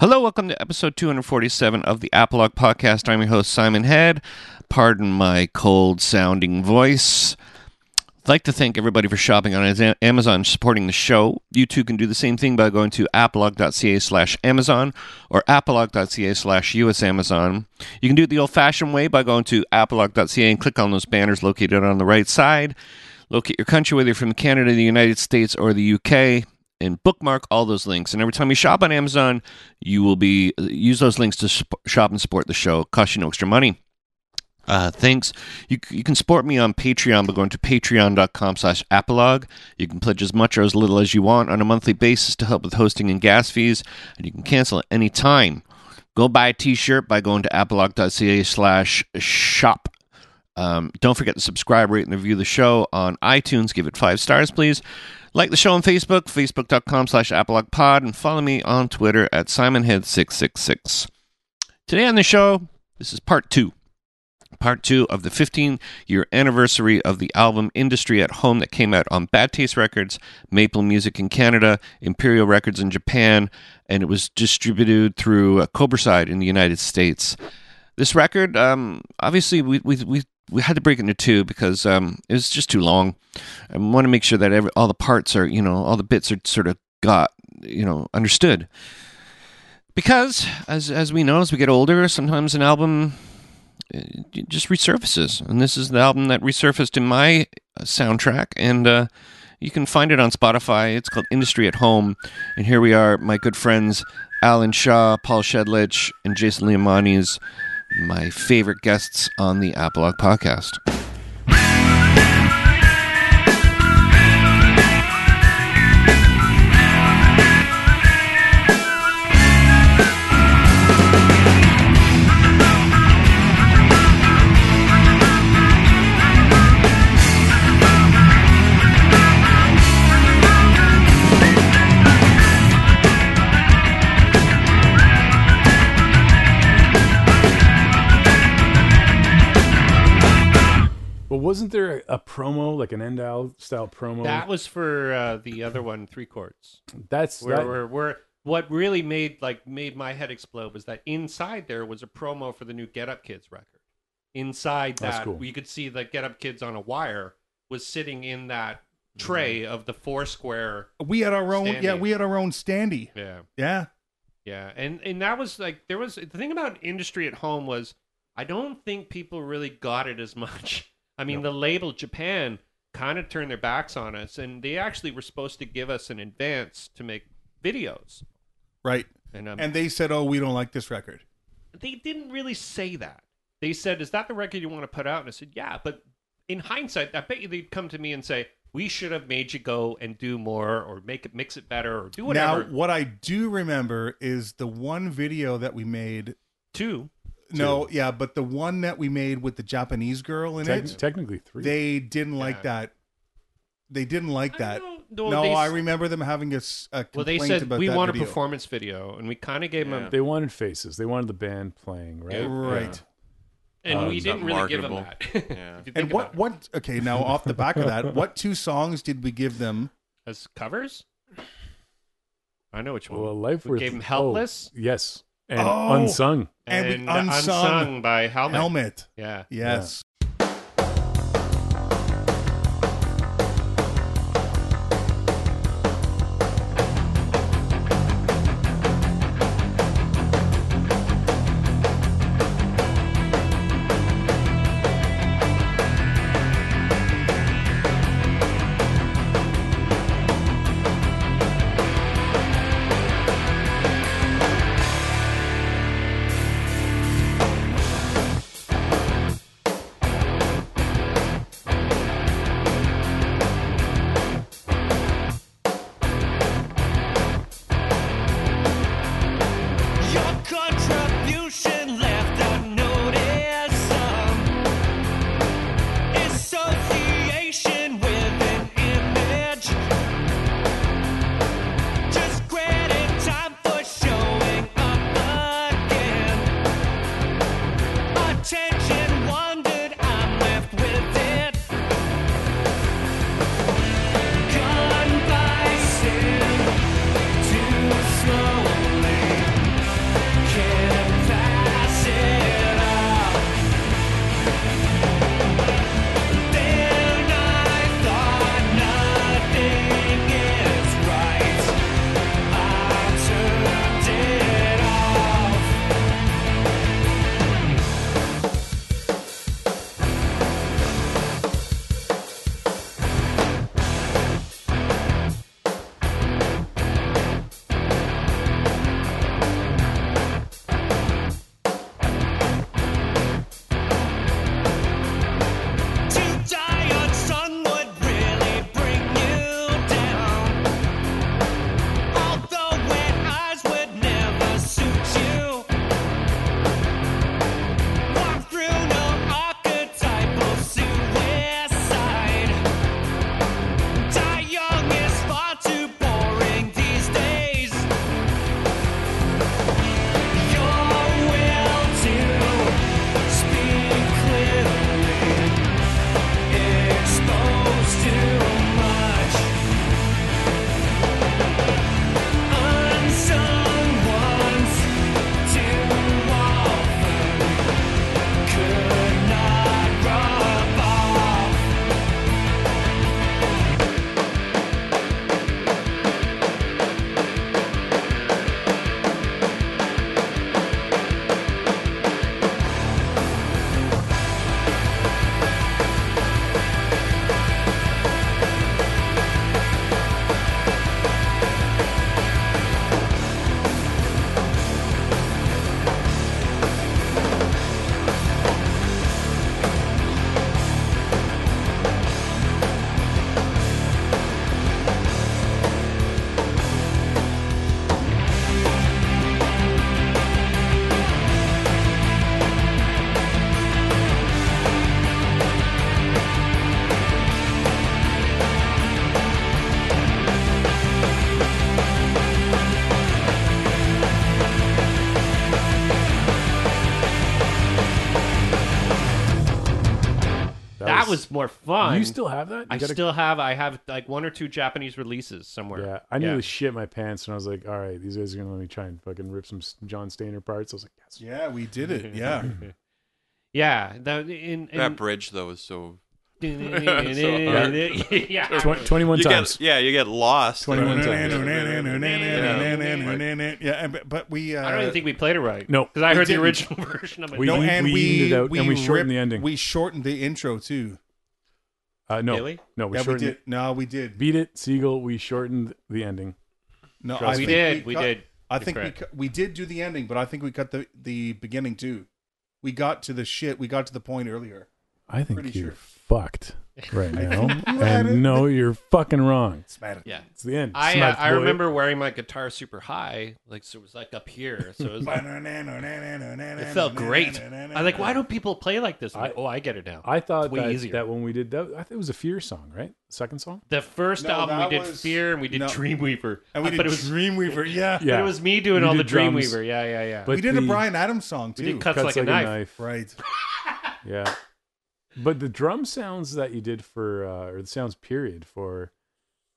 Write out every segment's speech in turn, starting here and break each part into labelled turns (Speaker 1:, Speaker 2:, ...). Speaker 1: Hello, welcome to episode 247 of the Apolog Podcast. I'm your host, Simon Head. Pardon my cold sounding voice. I'd like to thank everybody for shopping on Am- Amazon, supporting the show. You too can do the same thing by going to apolog.ca slash Amazon or apolog.ca slash US Amazon. You can do it the old fashioned way by going to apolog.ca and click on those banners located on the right side. Locate your country, whether you're from Canada, the United States, or the UK, and bookmark all those links. And every time you shop on Amazon, you will be use those links to sp- shop and support the show. It costs you no extra money. Uh, thanks. You, c- you can support me on Patreon by going to patreon.com slash apolog. You can pledge as much or as little as you want on a monthly basis to help with hosting and gas fees, and you can cancel at any time. Go buy a t-shirt by going to apolog.ca slash shop. Um, don't forget to subscribe, rate, and review the show on iTunes. Give it five stars, please. Like the show on Facebook, facebook.com slash apologpod, and follow me on Twitter at simonhead666. Today on the show, this is part two. Part two of the 15 year anniversary of the album Industry at Home that came out on Bad Taste Records, Maple Music in Canada, Imperial Records in Japan, and it was distributed through uh, Cobra Side in the United States this record um obviously we we we we had to break it into two because um, it was just too long. I want to make sure that every, all the parts are, you know, all the bits are sort of got, you know, understood. Because as as we know, as we get older, sometimes an album uh, just resurfaces, and this is the album that resurfaced in my uh, soundtrack. And uh, you can find it on Spotify. It's called Industry at Home. And here we are, my good friends Alan Shaw, Paul Shedlich, and Jason Liamani's my favorite guests on the Apolog podcast.
Speaker 2: Well, wasn't there a promo, like an Endal style promo?
Speaker 3: That was for uh, the other one, three chords.
Speaker 2: That's
Speaker 3: Where,
Speaker 2: that-
Speaker 3: where, where, what really made like made my head explode was that inside there was a promo for the new Get Up Kids record. Inside
Speaker 2: That's
Speaker 3: that,
Speaker 2: cool.
Speaker 3: you could see the Get Up Kids on a wire was sitting in that
Speaker 2: Mm-hmm.
Speaker 3: tray of the four square.
Speaker 4: We had our own, yeah,
Speaker 3: Standee.
Speaker 4: we had our own standee.
Speaker 3: Yeah,
Speaker 4: Yeah,
Speaker 3: yeah, and and that was like there was the thing about industry at home was I don't think people really got it as much. I mean, the label Japan kind of turned their backs on us, and they actually were supposed to give us an advance to make videos,
Speaker 4: right.
Speaker 3: and, um,
Speaker 4: And they said, "Oh, we don't like this record."
Speaker 3: they didn't really say that. They said, "Is that the record you want to put out?" And I said, "Yeah," but in hindsight, I bet you they'd come to me and say, "We should have made you go and do more, or make it mix it better, or do whatever."
Speaker 4: Now, what I do remember is the one video that we made.
Speaker 3: Two,
Speaker 4: No, yeah, but the one that we made with the Japanese girl in
Speaker 2: tec-
Speaker 4: it,
Speaker 2: technically three.
Speaker 4: they didn't like
Speaker 3: Yeah.
Speaker 4: that. They didn't like that.
Speaker 3: I don't know,
Speaker 4: No,
Speaker 3: they
Speaker 4: I
Speaker 3: s-
Speaker 4: remember them having a, s- a
Speaker 3: Well,
Speaker 4: complaint
Speaker 3: they said
Speaker 4: about
Speaker 3: we
Speaker 4: that
Speaker 3: want
Speaker 4: video.
Speaker 3: a performance video, and we kind of gave them,
Speaker 2: they wanted faces. They wanted the band playing, right?
Speaker 3: Yeah.
Speaker 4: Right.
Speaker 3: and
Speaker 2: Um,
Speaker 3: we
Speaker 2: it's
Speaker 3: didn't
Speaker 5: not
Speaker 3: really give them that.
Speaker 5: marketable. Yeah.
Speaker 3: If you
Speaker 4: And
Speaker 3: think
Speaker 4: what
Speaker 3: about it.
Speaker 4: what okay, now off the back of that, what two songs did we give them?
Speaker 3: as covers? I know which one.
Speaker 2: Well, life
Speaker 3: we
Speaker 2: worth
Speaker 3: gave them
Speaker 2: oh,
Speaker 3: helpless
Speaker 2: yes, and
Speaker 4: Oh!
Speaker 2: unsung.
Speaker 4: and we
Speaker 3: the
Speaker 4: unsung-
Speaker 3: by Helmet.
Speaker 4: Helmet.
Speaker 3: Yeah,
Speaker 4: Yes.
Speaker 1: was more fun.
Speaker 2: You still have that? You
Speaker 1: I
Speaker 2: gotta-
Speaker 1: still have. I have like one or two Japanese releases somewhere.
Speaker 2: Yeah, I nearly shit my pants, and I was like, "All right, these guys are gonna let me try and fucking rip some s- John Stainer parts." I was like, "Yes."
Speaker 4: Yeah, we did it. Yeah.
Speaker 1: yeah. That in, in,
Speaker 3: that bridge though is so.
Speaker 1: yeah.
Speaker 2: Twen- Twenty-one
Speaker 3: You
Speaker 2: times.
Speaker 3: get, yeah, you get lost.
Speaker 2: 21 times.
Speaker 4: Yeah, yeah, and- but we. Uh,
Speaker 1: I don't even think we played it right.
Speaker 2: No.
Speaker 1: because I
Speaker 4: We
Speaker 1: heard the
Speaker 4: didn't.
Speaker 1: original version of it.
Speaker 2: We-
Speaker 4: no,
Speaker 2: we-
Speaker 4: and
Speaker 2: we evened it out, and we shortened
Speaker 4: ripped-
Speaker 2: the ending.
Speaker 4: We shortened the intro too.
Speaker 2: Uh, no,
Speaker 1: Really?
Speaker 2: no, we
Speaker 4: yeah, we
Speaker 2: shortened.
Speaker 4: did. No, we did.
Speaker 2: Beat it, Siegel. We shortened the ending.
Speaker 4: No,
Speaker 2: Trust
Speaker 4: I
Speaker 1: we
Speaker 4: think
Speaker 1: did. We
Speaker 4: cut-
Speaker 1: did.
Speaker 4: I
Speaker 1: You're
Speaker 4: think we
Speaker 1: correct.
Speaker 4: cut, we did do the ending, but I think we cut the the beginning too. We got to the shit. We got to the point earlier.
Speaker 2: I think
Speaker 4: Pretty
Speaker 2: you're
Speaker 4: sure.
Speaker 2: fucked right now,
Speaker 4: you had it.
Speaker 2: and no, you're fucking wrong.
Speaker 4: It's mad.
Speaker 1: Yeah.
Speaker 2: It's the end.
Speaker 1: I uh,
Speaker 2: Smack
Speaker 1: I
Speaker 2: boy.
Speaker 1: remember wearing my guitar super high, like so it was like up here, so it was like it felt great. I'm like, why don't people play like this? I'm like, oh, I get it now.
Speaker 2: I thought
Speaker 1: Way
Speaker 2: that,
Speaker 1: easier.
Speaker 2: that when we did that, I think it was a Fear song, right? Second song.
Speaker 1: the first
Speaker 4: No,
Speaker 1: album we
Speaker 4: that
Speaker 1: did
Speaker 4: was-
Speaker 1: Fear and we did
Speaker 4: no.
Speaker 1: Dreamweaver,
Speaker 4: And we
Speaker 1: Uh,
Speaker 4: did
Speaker 1: but it was
Speaker 4: Dreamweaver.
Speaker 2: Yeah,
Speaker 4: Yeah.
Speaker 1: but it was me doing
Speaker 2: We
Speaker 1: all the
Speaker 2: did drums.
Speaker 1: Dreamweaver. Yeah, yeah, yeah.
Speaker 2: But
Speaker 4: we did a
Speaker 2: the-
Speaker 4: Brian Adams song too.
Speaker 1: we did cuts, like, a knife.
Speaker 4: Right.
Speaker 2: Yeah. But the drum sounds that you did for, uh, or the sounds period for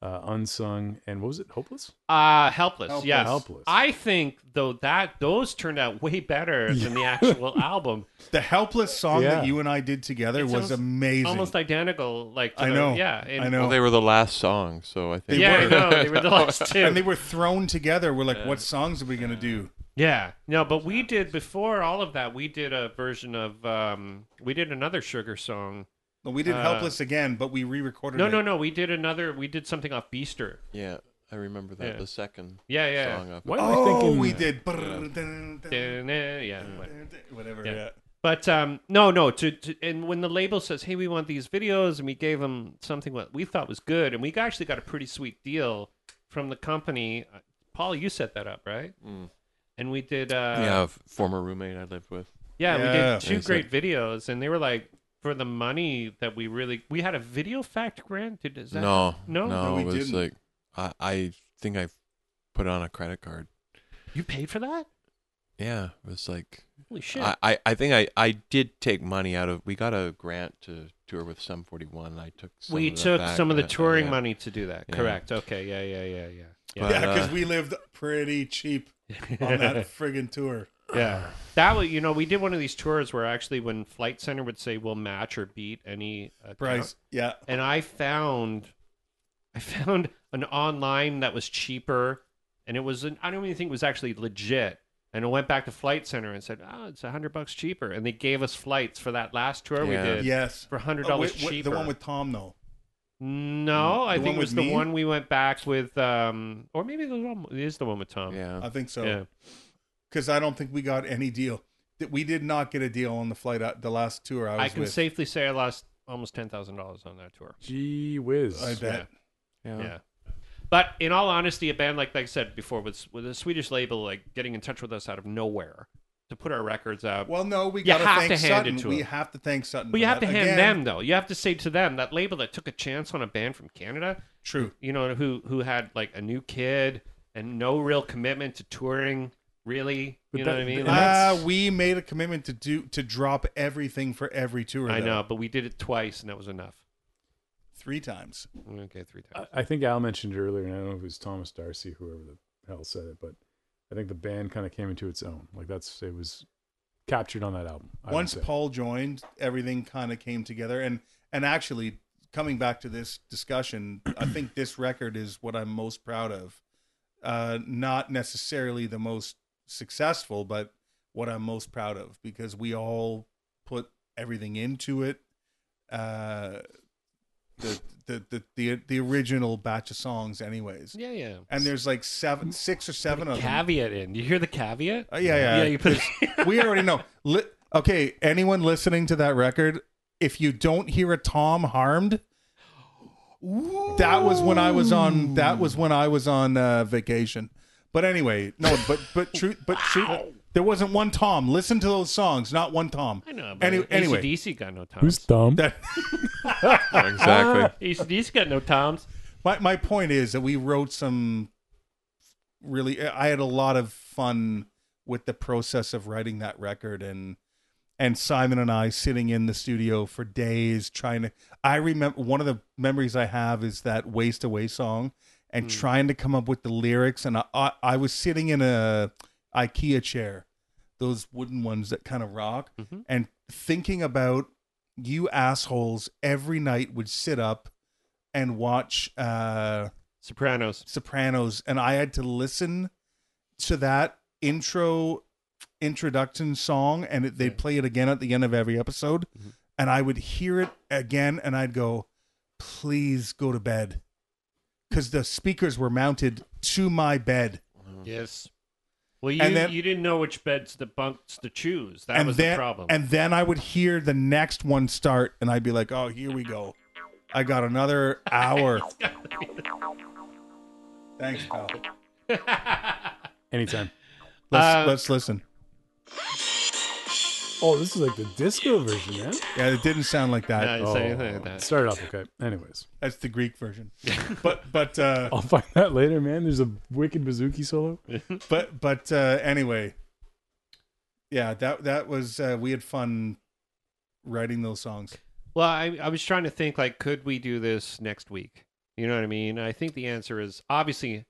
Speaker 2: uh, Unsung and what was it? Hopeless?
Speaker 1: Uh helpless.
Speaker 4: Helpless.
Speaker 1: Yes.
Speaker 2: Helpless.
Speaker 1: I think though that those turned out way better than the
Speaker 2: Yeah.
Speaker 1: actual album.
Speaker 4: The helpless song
Speaker 2: Yeah.
Speaker 4: that you and I did together
Speaker 1: It
Speaker 4: was
Speaker 1: sounds
Speaker 4: amazing.
Speaker 1: Almost identical. Like to
Speaker 4: I
Speaker 1: the-
Speaker 4: know.
Speaker 1: yeah. and-
Speaker 4: I know.
Speaker 3: Well, they were the last song, so I think.
Speaker 4: They
Speaker 1: yeah,
Speaker 4: were.
Speaker 1: I know. They were the last two.
Speaker 4: and they were thrown together. We're like, what songs are we gonna do?
Speaker 1: Yeah. No, but we did before all of that. We did a version of um we did another sugar song.
Speaker 4: No, we did
Speaker 1: Uh,
Speaker 4: helpless again, but we re-recorded.
Speaker 1: No,
Speaker 4: it.
Speaker 1: no, no. We did another we did something off Beaster.
Speaker 3: Yeah, I remember that.
Speaker 1: Yeah.
Speaker 3: The second
Speaker 1: Yeah, yeah.
Speaker 3: song of
Speaker 2: Why am I
Speaker 4: Oh,
Speaker 2: thinking
Speaker 4: we did. Brrr, dun, dun,
Speaker 1: Dun, eh, Yeah.
Speaker 4: dun,
Speaker 1: whatever.
Speaker 4: dun, dun, Whatever.
Speaker 1: Yeah.
Speaker 4: Yeah.
Speaker 1: But um no, no, to, to and when the label says, "Hey, we want these videos," and we gave them something what we thought was good, and we actually got a pretty sweet deal from the company. Uh, Paul, you set that up, right?
Speaker 3: Mm.
Speaker 1: And we did uh
Speaker 3: yeah, f- former roommate I lived with.
Speaker 1: Yeah,
Speaker 4: Yeah.
Speaker 1: we did two
Speaker 3: Nice.
Speaker 1: great videos, and they were like for the money that we really we had a video fact grant. Did is that
Speaker 3: no,
Speaker 1: no?
Speaker 4: No,
Speaker 3: no,
Speaker 4: we
Speaker 3: it was
Speaker 4: didn't.
Speaker 3: like I, I think I put on a credit card.
Speaker 1: you paid for that?
Speaker 3: Yeah, it was like
Speaker 1: Holy shit!
Speaker 3: I, I, I think I, I did take money out of. We got a grant to tour with Sum Forty One. I took some
Speaker 1: we
Speaker 3: of the
Speaker 1: took
Speaker 3: back-
Speaker 1: some of the
Speaker 3: uh,
Speaker 1: touring
Speaker 3: yeah.
Speaker 1: money to do that.
Speaker 3: Yeah.
Speaker 1: Correct. Okay. Yeah. Yeah. Yeah. Yeah.
Speaker 3: But,
Speaker 4: Yeah,
Speaker 1: Yeah.
Speaker 4: because
Speaker 3: uh,
Speaker 4: we lived pretty cheap on that friggin' tour.
Speaker 1: yeah. That was you know we did one of these tours where actually when Flight Center would say we'll match or beat any account,
Speaker 4: Price. Yeah.
Speaker 1: and I found I found an online that was cheaper and it was an, I don't even think it was actually legit. And I went back to Flight Center and said, "Oh, it's a hundred bucks cheaper." And they gave us flights for that last tour we
Speaker 3: Yeah.
Speaker 1: did
Speaker 4: Yes.
Speaker 1: for hundred
Speaker 4: Oh, wait,
Speaker 1: dollars
Speaker 4: wait,
Speaker 1: cheaper.
Speaker 4: The one with Tom though.
Speaker 1: no, I
Speaker 4: the
Speaker 1: think
Speaker 4: one
Speaker 1: it was
Speaker 4: with
Speaker 1: the
Speaker 4: me?
Speaker 1: one we went back with, um, or maybe the one it is the one with Tom.
Speaker 3: Yeah,
Speaker 4: I think
Speaker 1: yeah.
Speaker 4: so. Because I don't think we got any deal. That we did not get a deal on the flight out the last tour I was
Speaker 1: I, can
Speaker 4: with.
Speaker 1: safely say I lost almost ten thousand dollars on that tour.
Speaker 2: Gee whiz.
Speaker 4: I bet.
Speaker 3: yeah.
Speaker 1: Yeah. But in all honesty, a band like like I said before with with a Swedish label like getting in touch with us out of nowhere to put our records out.
Speaker 4: Well, no, we
Speaker 1: You
Speaker 4: got
Speaker 1: have
Speaker 4: thank
Speaker 1: to hand it
Speaker 4: Sutton.
Speaker 1: to
Speaker 4: we
Speaker 1: him.
Speaker 4: have to thank Sutton.
Speaker 1: but you
Speaker 4: for
Speaker 1: have to
Speaker 4: that.
Speaker 1: hand
Speaker 4: Again,
Speaker 1: them though. You have to say to them that label that took a chance on a band from Canada,
Speaker 4: True.
Speaker 1: you know, who who had like a new kid and no real commitment to touring, really.
Speaker 2: But
Speaker 1: you know
Speaker 2: that-
Speaker 1: what I mean?
Speaker 2: and
Speaker 1: Like,
Speaker 4: Uh, we made a commitment to do to drop everything for every tour.
Speaker 1: I
Speaker 4: though.
Speaker 1: know, but we did it twice and that was enough.
Speaker 4: Three times.
Speaker 1: Okay, three times.
Speaker 2: I- I think Al mentioned it earlier, and I don't know if it was Thomas Darcy, whoever the hell said it, but I think the band kind of came into its own. Like that's it was captured on that album. I would
Speaker 4: Once
Speaker 2: say.
Speaker 4: Paul joined, everything kind of came together. And and actually, coming back to this discussion, I think this record is what I'm most proud of. Uh, not necessarily the most successful, but what I'm most proud of because we all put everything into it. Uh, the, the the the the original batch of songs, anyways.
Speaker 1: Yeah, yeah.
Speaker 4: And there's like seven, six or seven of them.
Speaker 1: caveat in. You hear the caveat?
Speaker 4: Uh, yeah, yeah.
Speaker 1: yeah, you put
Speaker 4: we already know. Li- okay, anyone listening to that record, if you don't hear a Tom harmed, that was when I was on. That was when I was on uh, vacation. But anyway, no. But but truth. But truth. There wasn't one Tom. Listen to those songs. Not one Tom.
Speaker 1: I know, but
Speaker 4: Any, anyway,
Speaker 1: AC/DC got no time.
Speaker 2: Who's thumb?
Speaker 4: that,
Speaker 3: exactly.
Speaker 1: ACDC got no toms.
Speaker 4: my my point is that we wrote some. Really, I had a lot of fun with the process of writing that record and and Simon and I sitting in the studio for days trying to. I remember one of the memories I have is that "Waste Away" song, and trying to come up with the lyrics. And I, I, I was sitting in a IKEA chair, those wooden ones that kind of rock,
Speaker 1: Mhm.
Speaker 4: and thinking about you assholes every night would sit up and watch. uh
Speaker 1: Sopranos.
Speaker 4: Sopranos, and I had to listen to that intro introduction song, and it, they'd
Speaker 1: Hmm.
Speaker 4: play it again at the end of every episode,
Speaker 1: Mm-hmm.
Speaker 4: and I would hear it again, and I'd go, "Please go to bed," because the speakers were mounted to my bed,
Speaker 1: Yes. Well, you,
Speaker 4: And then-
Speaker 1: you didn't know which beds the bunks to choose. That
Speaker 4: and
Speaker 1: was
Speaker 4: then
Speaker 1: the problem.
Speaker 4: and then I would hear the next one start, and I'd be like, "Oh, here we go." I got another hour. Thanks, pal.
Speaker 1: Uh,
Speaker 2: Anytime.
Speaker 4: Let's,
Speaker 1: Uh,
Speaker 4: let's listen.
Speaker 2: Oh, this is like the disco version, man.
Speaker 4: Yeah, it didn't sound like that.
Speaker 1: No,
Speaker 2: Oh,
Speaker 1: it's anything like that.
Speaker 2: started off okay. Anyways,
Speaker 4: That's the Greek version. but but uh,
Speaker 2: I'll find that later, man. There's a wicked bazooki solo.
Speaker 1: Oh.
Speaker 4: but but uh, anyway, yeah, that that was uh, we had fun writing those songs.
Speaker 1: Well, I, I was trying to think like, could we do this next week? You know what I mean? I think the answer is obviously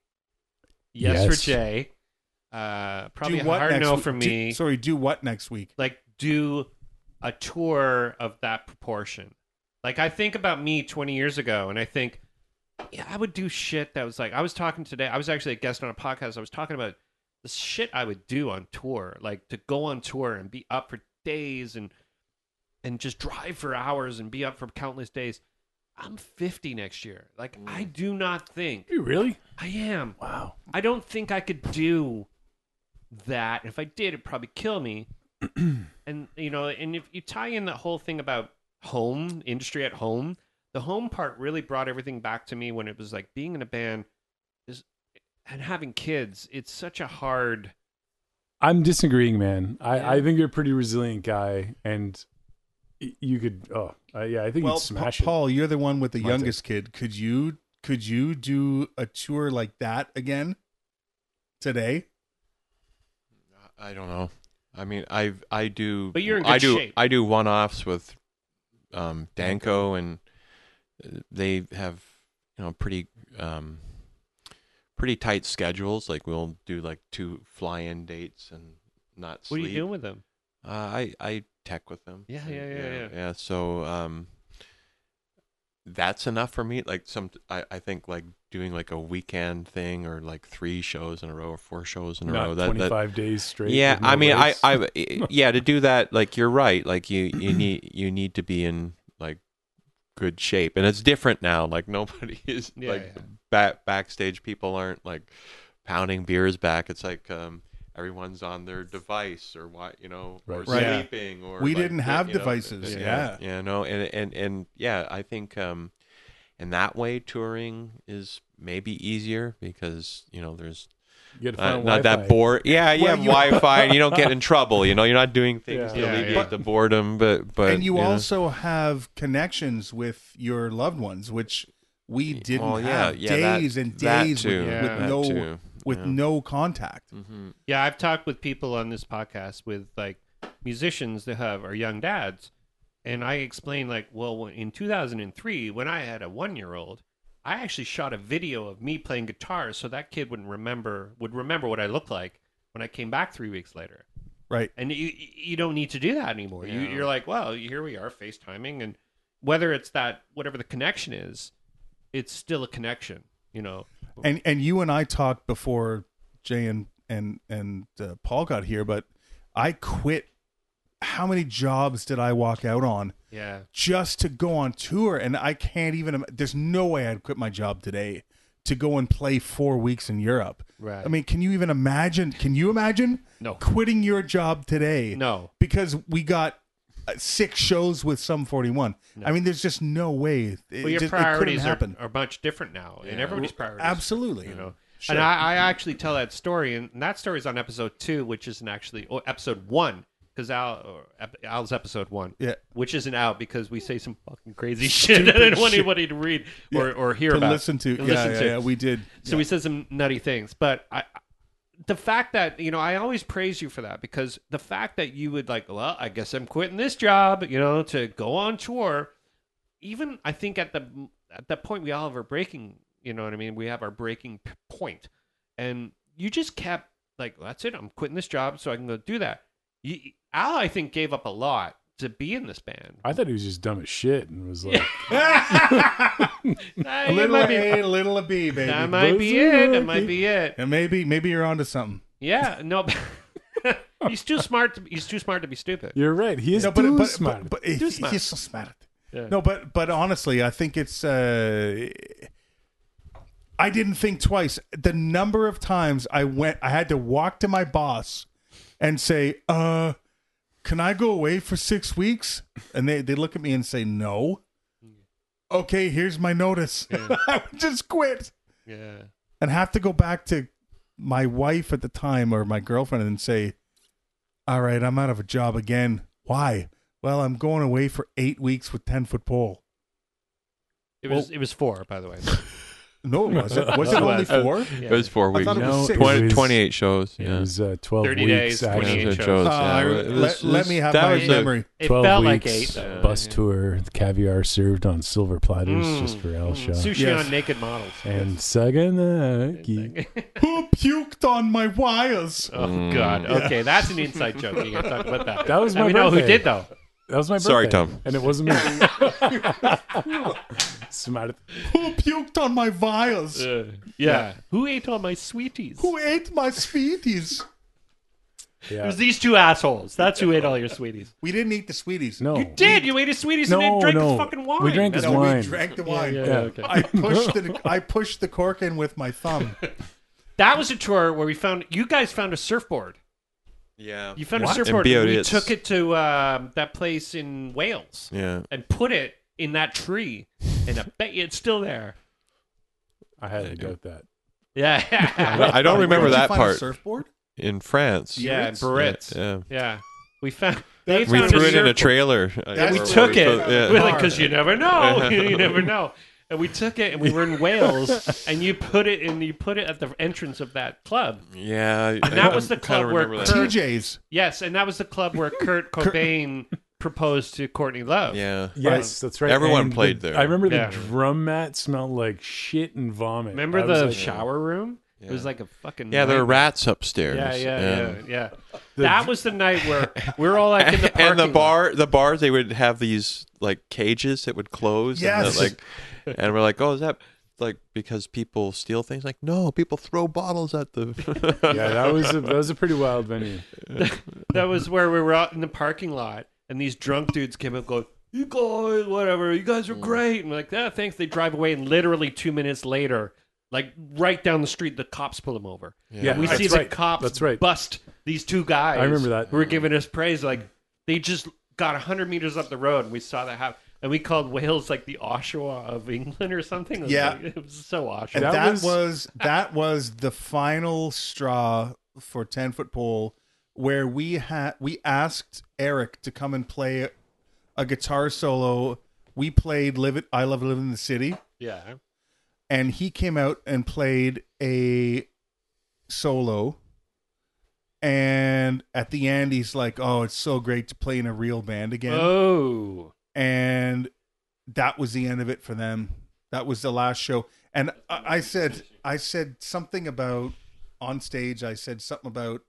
Speaker 1: yes,
Speaker 2: Yes.
Speaker 1: for Jay. Uh, probably
Speaker 4: do
Speaker 1: a
Speaker 4: what
Speaker 1: hard
Speaker 4: next
Speaker 1: no
Speaker 4: week?
Speaker 1: for
Speaker 4: Do-
Speaker 1: me.
Speaker 4: sorry, do what next week?
Speaker 1: like do a tour of that proportion. Like I think about me 20 years ago and I think yeah, I would do shit that was like I was talking today. I was actually a guest on a podcast. I was talking about the shit I would do on tour, like to go on tour and be up for days and and just drive for hours and be up for countless days. I'm 50 next year. Like I do not think
Speaker 2: You really?
Speaker 1: I am.
Speaker 2: Wow.
Speaker 1: I don't think I could do that. If I did, it'd probably kill me. and you know, and if you tie in that whole thing about home industry at home, the home part really brought everything back to me when it was like being in a band is and having kids. It's such a hard.
Speaker 2: I'm disagreeing, man. I, I think you're a pretty resilient guy, and y- you could. Oh, uh, yeah, I think
Speaker 4: Well,
Speaker 2: you'd smash
Speaker 4: Pa- Paul, you're the one with the
Speaker 2: My
Speaker 4: youngest kid. Could you could you do a tour like that again today?
Speaker 3: I don't know. I mean, I I do.
Speaker 1: But you're in
Speaker 3: I
Speaker 1: good
Speaker 3: do.
Speaker 1: shape.
Speaker 3: I do one offs with um, Danko, and uh, they have you know pretty um, pretty tight schedules. Like we'll do like two fly in dates and not
Speaker 1: What
Speaker 3: sleep.
Speaker 1: are you doing with them?
Speaker 3: Uh, I I tech with them.
Speaker 1: Yeah,
Speaker 3: and,
Speaker 1: yeah, yeah,
Speaker 3: you know,
Speaker 1: yeah.
Speaker 3: So um, that's enough for me. Like some, I, I think like doing like a weekend thing or like three shows in a row or four shows
Speaker 2: it.
Speaker 3: in a row.
Speaker 2: Not
Speaker 3: That, that
Speaker 2: 25 days straight.
Speaker 3: yeah,
Speaker 2: with no
Speaker 3: I mean, I,
Speaker 2: breaks.
Speaker 3: I, yeah, to do that, like you're right. Like you, you need, you need to be in like good shape, and it's different now. Like nobody is
Speaker 1: Yeah,
Speaker 3: like
Speaker 1: yeah.
Speaker 3: back backstage. People aren't like pounding beers back. It's like um, everyone's on their device or what you know, or
Speaker 2: Right.
Speaker 4: Right. Yeah.
Speaker 3: sleeping. Or
Speaker 4: We
Speaker 3: like,
Speaker 4: didn't have
Speaker 3: you know,
Speaker 4: devices, yeah.
Speaker 3: yeah, yeah, no, and and and yeah, I think um, in that way, touring is maybe easier because you know there's
Speaker 2: You gotta
Speaker 3: uh,
Speaker 2: find
Speaker 3: not that
Speaker 2: Wi-Fi.
Speaker 3: bored. Yeah, you
Speaker 4: Well,
Speaker 3: have
Speaker 4: you-
Speaker 3: Wi-Fi and you don't get in trouble. You know, you're not doing things
Speaker 2: Yeah.
Speaker 3: to
Speaker 1: Yeah,
Speaker 3: alleviate
Speaker 1: yeah.
Speaker 3: the boredom. But but
Speaker 4: and you,
Speaker 3: know.
Speaker 4: also have connections with your loved ones, which we didn't
Speaker 3: Oh,
Speaker 4: have
Speaker 3: that-
Speaker 4: days and
Speaker 3: that
Speaker 4: days
Speaker 3: too,
Speaker 4: with,
Speaker 1: Yeah.
Speaker 4: with
Speaker 3: that
Speaker 4: no
Speaker 3: too.
Speaker 4: with
Speaker 3: Yeah.
Speaker 4: no contact.
Speaker 3: Mhm.
Speaker 1: Yeah, I've talked with people on this podcast with like musicians that have are young dads, and I explained like, well, when- in 2003, when I had a one-year-old, I actually shot a video of me playing guitar, so that kid wouldn't remember would remember what I looked like when I came back three weeks later.
Speaker 4: Right.
Speaker 1: And you you you don't need to do that anymore. You,
Speaker 3: Yeah.
Speaker 1: you're like, well, here we are FaceTiming, and whether it's that whatever the connection is, it's still a connection. You know,
Speaker 4: And and you and I talked before Jay and and and uh, Paul got here, but I quit. How many jobs did I walk out on
Speaker 1: yeah.
Speaker 4: just to go on tour? And I can't even. im- There's no way I'd quit my job today to go and play four weeks in Europe.
Speaker 1: Right.
Speaker 4: I mean, can you even imagine? Can you imagine
Speaker 1: No.
Speaker 4: quitting your job today?
Speaker 1: No.
Speaker 4: because we got uh, six shows with some 41. I mean, there's just no way. It,
Speaker 1: well, your
Speaker 4: just- it couldn't
Speaker 1: priorities are,
Speaker 4: happen.
Speaker 1: are much different now, and
Speaker 3: Yeah.
Speaker 1: everybody's priorities.
Speaker 4: Absolutely.
Speaker 1: You know,
Speaker 4: Sure.
Speaker 1: and I, I actually tell that story, and that story is on episode two, which isn't actually or episode one because Al or ep- Al's episode one,
Speaker 4: Yeah.
Speaker 1: which isn't out because we say some fucking crazy shit that I don't want
Speaker 4: shit.
Speaker 1: anybody to read or or hear
Speaker 4: to
Speaker 1: about,
Speaker 4: listen to.
Speaker 1: To
Speaker 4: yeah,
Speaker 1: listen
Speaker 4: yeah,
Speaker 1: to.
Speaker 4: yeah, we did.
Speaker 1: So he says some nutty things, but I, I- the fact that you know i always praise you for that because the fact that you would like well i guess i'm quitting this job you know to go on tour even i think at the at the point we all have our breaking you know what i mean we have our breaking p- point and you just kept like well, that's it i'm quitting this job so i can go do that you, al i think gave up a lot to be in this band
Speaker 2: I thought he was just dumb as shit and was like,
Speaker 1: Nah,
Speaker 4: a
Speaker 1: you
Speaker 4: little
Speaker 1: might be-
Speaker 4: A, little a B, baby.
Speaker 1: that might be it that might be it
Speaker 4: and maybe maybe you're onto something.
Speaker 1: yeah no he's too smart to, he's too smart to be stupid
Speaker 2: "You're right. He is
Speaker 4: no,
Speaker 2: no,
Speaker 4: but,
Speaker 2: too
Speaker 4: but,
Speaker 2: smart."
Speaker 4: but, but he-
Speaker 1: Too smart.
Speaker 4: he's so smart.
Speaker 2: Yeah.
Speaker 4: No, but but honestly, I think it's. Uh, I didn't think twice. The number of times I went, I had to walk to my boss and say, "Uh, can I go away for six weeks?" And they they look at me and say, "No." Okay, here's my notice. I would just quit
Speaker 1: yeah
Speaker 4: and have to go back to my wife at the time or my girlfriend and say, "All right, I'm out of a job again. Why? Well, I'm going away for eight weeks with ten foot pole."
Speaker 1: it was it was four by the way
Speaker 4: No, it wasn't. Was it only four?
Speaker 3: It was four
Speaker 4: I
Speaker 3: weeks.
Speaker 4: thought it was
Speaker 2: No,
Speaker 4: six.
Speaker 2: it was-
Speaker 3: 20, 28 shows.
Speaker 2: It
Speaker 3: Yeah.
Speaker 2: was uh, twelve
Speaker 1: 30
Speaker 2: weeks.
Speaker 1: days,
Speaker 3: Yeah,
Speaker 1: 28
Speaker 3: it was
Speaker 1: shows.
Speaker 3: shows,
Speaker 4: Oh,
Speaker 3: yeah.
Speaker 4: I-
Speaker 3: It
Speaker 4: let-
Speaker 3: was-
Speaker 4: let me have
Speaker 3: that
Speaker 4: my
Speaker 3: was a-
Speaker 4: memory.
Speaker 1: It
Speaker 2: 12
Speaker 1: felt like eight.
Speaker 2: weeks,
Speaker 1: Though. Mm.
Speaker 2: Bus
Speaker 3: Yeah.
Speaker 2: tour, caviar served on silver platters just for Al Shaw.
Speaker 1: Sushi
Speaker 4: Yes.
Speaker 1: on naked models.
Speaker 2: And uh, Saganaki.
Speaker 4: Who puked on my wires?
Speaker 1: oh God.
Speaker 4: Mm.
Speaker 1: Okay, that's an inside joke. You gotta talk about that.
Speaker 2: That was
Speaker 1: And
Speaker 2: my
Speaker 1: we know who
Speaker 2: birthday.
Speaker 1: did though.
Speaker 2: That was my birthday.
Speaker 3: Sorry, Tom.
Speaker 2: And it wasn't me. Smart.
Speaker 4: Who puked on my wires?
Speaker 1: yeah. Who ate all my sweeties?
Speaker 4: Uh, Who ate my sweeties?
Speaker 1: It
Speaker 2: Yeah.
Speaker 1: was these two assholes. That's who ate all your sweeties.
Speaker 4: We didn't eat the sweeties.
Speaker 2: No.
Speaker 1: You did. You ate his sweeties
Speaker 2: No,
Speaker 1: and then drank
Speaker 2: no.
Speaker 1: his fucking wine.
Speaker 2: We drank his
Speaker 4: No,
Speaker 2: wine.
Speaker 4: we drank the
Speaker 1: Yeah,
Speaker 4: wine.
Speaker 1: yeah,
Speaker 2: Yeah.
Speaker 1: okay.
Speaker 4: I pushed the I pushed the cork in with my thumb.
Speaker 1: That was a tour where we found you guys found a surfboard.
Speaker 3: Yeah.
Speaker 1: You found
Speaker 3: What?
Speaker 1: a surfboard.
Speaker 3: And
Speaker 1: And we
Speaker 3: BODs.
Speaker 1: took it to um, that place in Wales
Speaker 3: Yeah.
Speaker 1: and put it in that tree, and I bet you it's still there.
Speaker 2: I had to doubt that.
Speaker 3: I
Speaker 1: Yeah.
Speaker 3: don't- I don't remember
Speaker 4: Where'd you
Speaker 3: that
Speaker 4: find a
Speaker 3: part
Speaker 4: Surfboard?
Speaker 3: in France.
Speaker 1: yeah.
Speaker 4: Brits?
Speaker 1: Brits.
Speaker 3: Yeah.
Speaker 1: Yeah. We found.
Speaker 4: That's-
Speaker 1: they
Speaker 3: We
Speaker 1: found
Speaker 3: threw it in a
Speaker 1: circle.
Speaker 3: trailer. Uh,
Speaker 4: Yeah, we
Speaker 3: Or
Speaker 4: trailer.
Speaker 1: Took
Speaker 3: we
Speaker 1: it.
Speaker 3: put-
Speaker 1: Because
Speaker 3: yeah.
Speaker 1: you never know.
Speaker 3: Yeah.
Speaker 1: you never know. And we took it, and we were in Wales, and you put it, and you put it at the entrance of that club.
Speaker 3: Yeah. And
Speaker 1: that was the club where Kurt-
Speaker 4: TJ's.
Speaker 1: Yes, and that was the club where Kurt Cobain proposed to Courtney Love.
Speaker 3: Yeah.
Speaker 2: Yes, that's right.
Speaker 3: Everyone
Speaker 2: And the-
Speaker 3: played there.
Speaker 2: I remember
Speaker 1: Yeah.
Speaker 2: the drum mat smelled like shit and vomit. I
Speaker 1: Remember
Speaker 2: was
Speaker 1: the
Speaker 2: like,
Speaker 1: shower room? It was
Speaker 3: Yeah.
Speaker 1: like a fucking
Speaker 3: Yeah, there were
Speaker 1: nightmare.
Speaker 3: rats upstairs.
Speaker 1: Yeah, yeah,
Speaker 3: and-
Speaker 1: yeah, yeah. That was the night where we were all like in the parking
Speaker 3: and the
Speaker 1: lot.
Speaker 3: bar, the bars, they would have these like cages that would close.
Speaker 4: Yes.
Speaker 3: And, the, like, and we're like, oh, is that like because people steal things? Like, no, people throw bottles at the.
Speaker 2: Yeah, that was a, that was a pretty wild venue.
Speaker 1: That was where we were out in the parking lot, and these drunk dudes came up going, "You guys, whatever, you
Speaker 2: Mm.
Speaker 1: guys are great." And we're like, "Yeah, thanks." They drive away, and literally two minutes later, like right down the street, the cops pull them over.
Speaker 2: Yeah,
Speaker 1: we
Speaker 2: that's
Speaker 1: see the
Speaker 2: right.
Speaker 1: cops
Speaker 2: That's right.
Speaker 1: bust these two guys.
Speaker 2: I remember that.
Speaker 1: Who were giving us praise, like they just got hundred meters up the road, and we saw that happen. And we called Wales like the Oshawa of England or something. It was
Speaker 4: Yeah.
Speaker 1: like- it was so Oshawa.
Speaker 4: And
Speaker 2: That
Speaker 4: that,
Speaker 2: was-
Speaker 4: was... that was the final straw for ten foot pole, where we had we asked Eric to come and play a guitar solo. We played "Live It." I love living in the city,
Speaker 1: yeah,
Speaker 4: and he came out and played a solo. And at the end, he's like, "Oh, it's so great to play in a real band again."
Speaker 1: oh,
Speaker 4: and that was the end of it for them. That was the last show. And I, I said, I said something about on stage. I said something about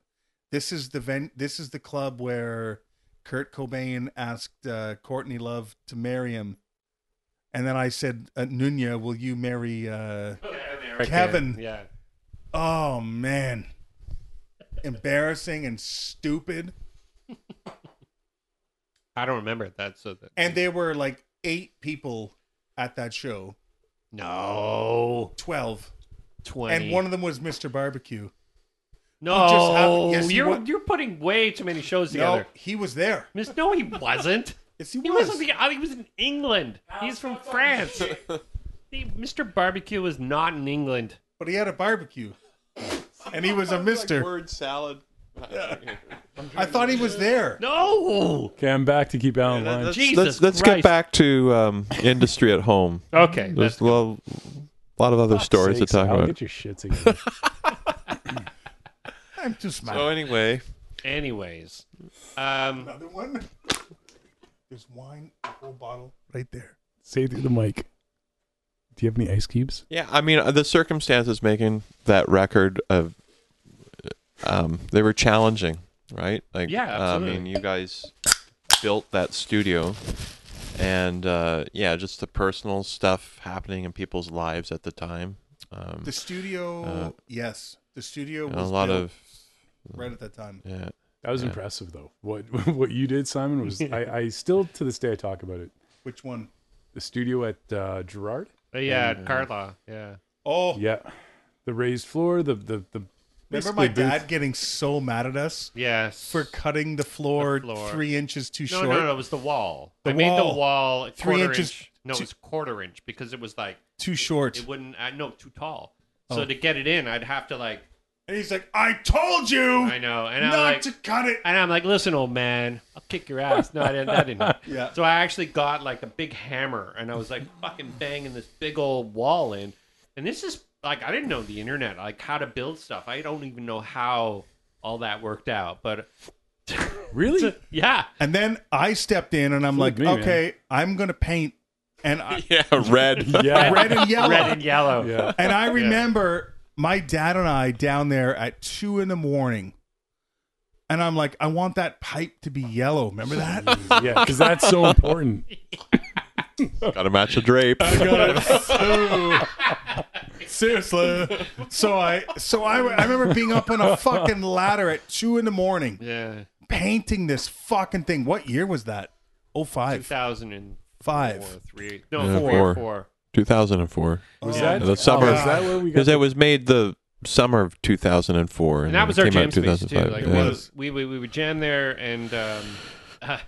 Speaker 4: this is the ven- this is the club where Kurt Cobain asked uh, Courtney Love to marry him. And then I said, uh, Nunya, will you marry? Uh... Kevin.
Speaker 1: yeah.
Speaker 4: Oh man, embarrassing and stupid.
Speaker 1: I don't remember that. So that
Speaker 4: And there were like eight people at that show.
Speaker 1: no
Speaker 4: Twelve.
Speaker 1: 20.
Speaker 4: and one of them was Mr. Barbecue.
Speaker 1: no,
Speaker 4: just happened- yes, he
Speaker 1: you're
Speaker 4: wa-
Speaker 1: you're putting way too many shows
Speaker 4: No,
Speaker 1: together.
Speaker 4: he was there.
Speaker 1: Miss, no, he wasn't.
Speaker 4: Yes, he,
Speaker 1: He
Speaker 4: was.
Speaker 1: wasn't. The, I think he was in England. He's from France. The- Mr. Barbecue was not in England.
Speaker 4: but he had a barbecue, and he was a Mister.
Speaker 3: Word salad.
Speaker 4: I thought he was there.
Speaker 1: No.
Speaker 2: Okay, I'm back to keep Alan line.
Speaker 3: Let's,
Speaker 1: Jesus
Speaker 3: let's, let's
Speaker 1: Christ.
Speaker 3: get back to um, industry at home.
Speaker 1: Okay.
Speaker 3: There's a lo- lot of other stories to
Speaker 2: Sakes,
Speaker 3: talk
Speaker 2: Al,
Speaker 3: about.
Speaker 2: Get your shit together.
Speaker 4: I'm just mad.
Speaker 3: So anyway,
Speaker 1: Anyways, um,
Speaker 4: Another one. There's wine, a whole bottle right there.
Speaker 2: Say through the mic. Do you have any ice cubes?
Speaker 3: yeah, I mean uh, the circumstances making that record of um they were challenging, right? Like uh,
Speaker 1: Yeah,
Speaker 3: I mean
Speaker 1: absolutely.
Speaker 3: you guys built that studio and uh yeah, just the personal stuff happening in people's lives at the time. Um
Speaker 4: The studio,
Speaker 3: Uh,
Speaker 4: yes, the studio
Speaker 3: and
Speaker 4: was
Speaker 3: a lot
Speaker 4: built
Speaker 3: of
Speaker 4: right at that time.
Speaker 3: yeah.
Speaker 2: That was
Speaker 3: Yeah.
Speaker 2: impressive, though. What what you did, Simon, was I, I still to this day I talk about it.
Speaker 4: Which one?
Speaker 2: The studio at uh, Gerard.
Speaker 1: but yeah,
Speaker 4: Mm.
Speaker 1: Carla, yeah.
Speaker 4: Oh,
Speaker 2: Yeah, the raised floor. The the the.
Speaker 4: remember
Speaker 2: basically
Speaker 4: my dad getting so mad at us
Speaker 1: Yes.
Speaker 4: for cutting the floor,
Speaker 1: The floor.
Speaker 4: three inches too
Speaker 1: no,
Speaker 4: short?
Speaker 1: no, no, it was the wall.
Speaker 4: The
Speaker 1: I made the
Speaker 4: wall.
Speaker 1: wall a
Speaker 4: Three
Speaker 1: quarter
Speaker 4: inches-
Speaker 1: inch. No, it
Speaker 4: two-
Speaker 1: was quarter inch because it was like
Speaker 4: Too short.
Speaker 1: it wouldn't. I no, too tall. So
Speaker 4: Oh.
Speaker 1: to get it in, I'd have to like.
Speaker 4: and he's like, "I told you
Speaker 1: I know, and
Speaker 4: not
Speaker 1: I'm like,
Speaker 4: to cut it."
Speaker 1: and I'm like, listen, old man, I'll kick your ass. No, I didn't. That didn't. happen.
Speaker 4: Yeah.
Speaker 1: So I actually got like a big hammer and I was like fucking banging this big old wall in. And this is like I didn't know the internet, like how to build stuff. I don't even know how all that worked out, but
Speaker 2: Really?
Speaker 1: yeah.
Speaker 4: And then I stepped in and I'm
Speaker 2: Fooled
Speaker 4: like,
Speaker 2: me, man.
Speaker 4: "Okay, I'm gonna paint." And I,
Speaker 3: Yeah, red.
Speaker 2: yeah.
Speaker 4: red and yellow.
Speaker 1: Red and yellow.
Speaker 2: Yeah.
Speaker 4: And I remember my dad and I down there at two in the morning. And I'm like, I want that pipe to be yellow. Remember that?
Speaker 2: Yeah, because that's so important.
Speaker 3: Got to match the drape.
Speaker 4: Seriously. So I so I, I remember being up on a fucking ladder at two in the morning
Speaker 1: Yeah.
Speaker 4: painting this fucking thing. What year was that? Oh five.
Speaker 1: 2005.
Speaker 4: Five.
Speaker 1: Three. No,
Speaker 3: Yeah,
Speaker 1: four.
Speaker 3: four.
Speaker 1: Four.
Speaker 3: 2004.
Speaker 2: Was
Speaker 4: Oh,
Speaker 2: that
Speaker 3: The summer-
Speaker 2: Is that where we got?
Speaker 3: Because it was made the summer of 2004,
Speaker 1: And that was our
Speaker 3: came out in
Speaker 1: jam space too.
Speaker 3: 2005.
Speaker 1: Like
Speaker 3: Yeah.
Speaker 1: it was, we, we we would jam there and um, uh,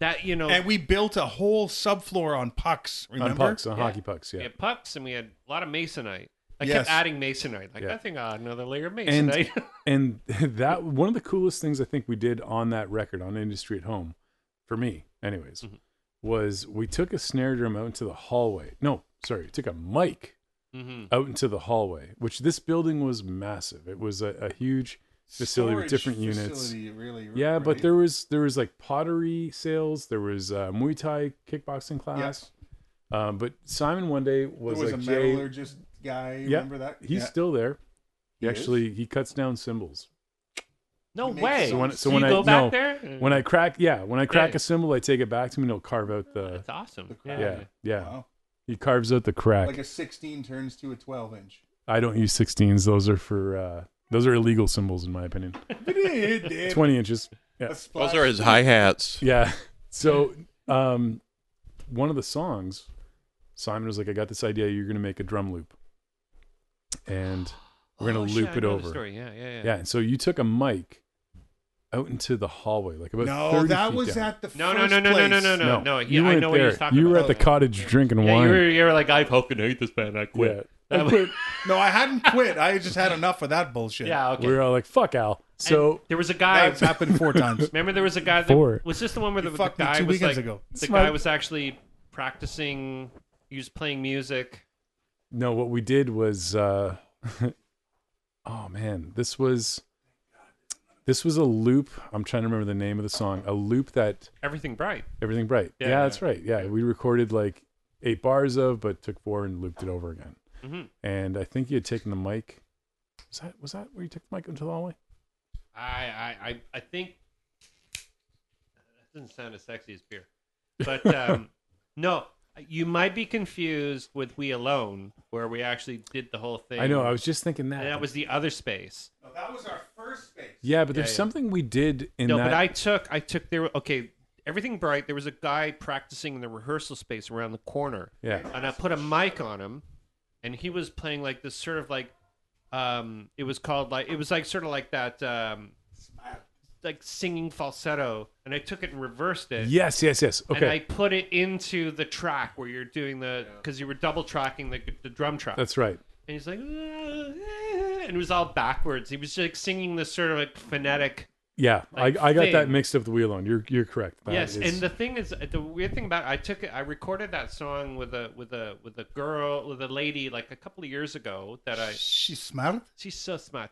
Speaker 1: that you know
Speaker 4: And we built a whole subfloor on pucks,
Speaker 2: on
Speaker 4: remember?
Speaker 2: pucks, on
Speaker 1: Yeah.
Speaker 2: hockey pucks, yeah.
Speaker 1: we had pucks and we had a lot of masonite. I
Speaker 4: Yes.
Speaker 1: kept adding masonite. Like
Speaker 2: Yeah.
Speaker 1: I think I had another layer of
Speaker 2: And-
Speaker 1: masonite.
Speaker 2: And that one of the coolest things I think we did on that record on Industry at Home, for me, anyways, was we took a snare drum out into the hallway. No, sorry, took a mic
Speaker 1: mm-hmm.
Speaker 2: out into the hallway, which this building was massive. It was a, a huge facility with different units.
Speaker 4: Really,
Speaker 2: Yeah, but there was there was like pottery sales, there was uh, Muay Thai kickboxing class. Um, but Simon one day was,
Speaker 4: there was
Speaker 2: like
Speaker 4: a
Speaker 2: Jay,
Speaker 4: metallurgist guy.
Speaker 2: Yeah,
Speaker 4: Remember that?
Speaker 2: He's
Speaker 4: Yeah.
Speaker 2: still there. He,
Speaker 4: He is?
Speaker 2: actually he cuts down cymbals.
Speaker 1: No
Speaker 4: He makes
Speaker 1: way.
Speaker 4: so
Speaker 2: when-
Speaker 4: much
Speaker 2: so
Speaker 4: sense.
Speaker 2: when
Speaker 1: you
Speaker 2: I-
Speaker 1: go back
Speaker 2: no,
Speaker 1: there?
Speaker 2: When I crack, yeah, when I crack
Speaker 1: Yeah.
Speaker 2: a cymbal, I take it back to him and he'll carve out the.
Speaker 1: that's awesome.
Speaker 4: The
Speaker 2: Yeah,
Speaker 4: crack.
Speaker 2: yeah.
Speaker 4: Wow.
Speaker 2: He carves out the crack.
Speaker 4: like a 16 turns to a 12 inch.
Speaker 2: I don't use 16s. Those are for uh, those are illegal symbols in my opinion. 20 inches. Yeah.
Speaker 3: Those are his hi hats.
Speaker 2: Yeah. So, um, one of the songs, Simon was like, "I got this idea. You're gonna make a drum loop, and we're gonna
Speaker 1: Oh, shit,
Speaker 2: loop
Speaker 1: I
Speaker 2: it
Speaker 1: know the
Speaker 2: over."
Speaker 1: story. Yeah, yeah, yeah.
Speaker 2: Yeah. And so you took a mic out into the hallway, like about
Speaker 4: No,
Speaker 2: 30
Speaker 4: that
Speaker 2: feet
Speaker 4: was
Speaker 2: down.
Speaker 4: at the
Speaker 1: No, no,
Speaker 4: first
Speaker 1: no, no, no, no,
Speaker 4: place.
Speaker 1: no, no, no. he-
Speaker 2: you
Speaker 1: I
Speaker 2: weren't
Speaker 1: know
Speaker 2: there.
Speaker 1: what he was talking
Speaker 2: You were
Speaker 1: about.
Speaker 2: at the cottage drinking
Speaker 1: yeah,
Speaker 2: wine.
Speaker 1: you were, you were like, I fucking hate this band. I quit.
Speaker 2: Yeah.
Speaker 1: That
Speaker 2: I
Speaker 1: was-
Speaker 2: quit.
Speaker 4: No, I hadn't quit. I just had enough of that bullshit.
Speaker 1: Yeah, okay.
Speaker 2: We were all like, "Fuck Al." So
Speaker 1: And there was a guy.
Speaker 4: That's happened four times.
Speaker 1: Remember, there was a guy that
Speaker 2: Four.
Speaker 1: was this the one where
Speaker 4: You
Speaker 1: the, the
Speaker 4: fucked me
Speaker 1: guy
Speaker 4: two
Speaker 1: was
Speaker 4: weekends
Speaker 1: like,
Speaker 4: ago.
Speaker 1: the
Speaker 2: It's my-
Speaker 1: guy was actually practicing. He was playing music.
Speaker 2: no, what we did was, uh, oh man, this was this was a loop. I'm trying to remember the name of the song. A loop that
Speaker 1: Everything bright.
Speaker 2: everything bright. Yeah,
Speaker 1: Yeah, yeah.
Speaker 2: that's right. Yeah, we recorded like eight bars of, but took four and looped it over again.
Speaker 1: Mhm.
Speaker 2: And I think you had taken the mic. Was that was that where you took the mic into the hallway?
Speaker 1: I, I, I, I think that doesn't sound as sexy as beer, but um, no, you might be confused with We Alone, where we actually did the whole thing.
Speaker 2: I know. I was just thinking that.
Speaker 1: and that was the other space.
Speaker 4: that was our first space.
Speaker 2: yeah, but there's
Speaker 1: yeah.
Speaker 2: something we did in
Speaker 1: no,
Speaker 2: that.
Speaker 1: but I took, I took there. Okay, everything bright. There was a guy practicing in the rehearsal space around the corner,
Speaker 2: yeah,
Speaker 1: and I put a mic on him, and he was playing like this sort of like, um, it was called like it was like sort of like that, um, like singing falsetto, and I took it and reversed it.
Speaker 2: yes, yes, yes. Okay,
Speaker 1: And I put it into the track where you're doing the because you were double tracking the, the drum track.
Speaker 2: that's right.
Speaker 1: and he's like, "Ah, ah," and it was all backwards. He was like singing this sort of like phonetic.
Speaker 2: Yeah,
Speaker 1: like,
Speaker 2: I, I got that
Speaker 1: thing.
Speaker 2: mixed up with the wheel on. You're you're correct. That
Speaker 1: yes,
Speaker 2: is-
Speaker 1: and the thing is, the weird thing about it, I took it, I recorded that song with a with a with a girl with a lady like a couple of years ago that I
Speaker 4: She smelled.
Speaker 1: she's so smart.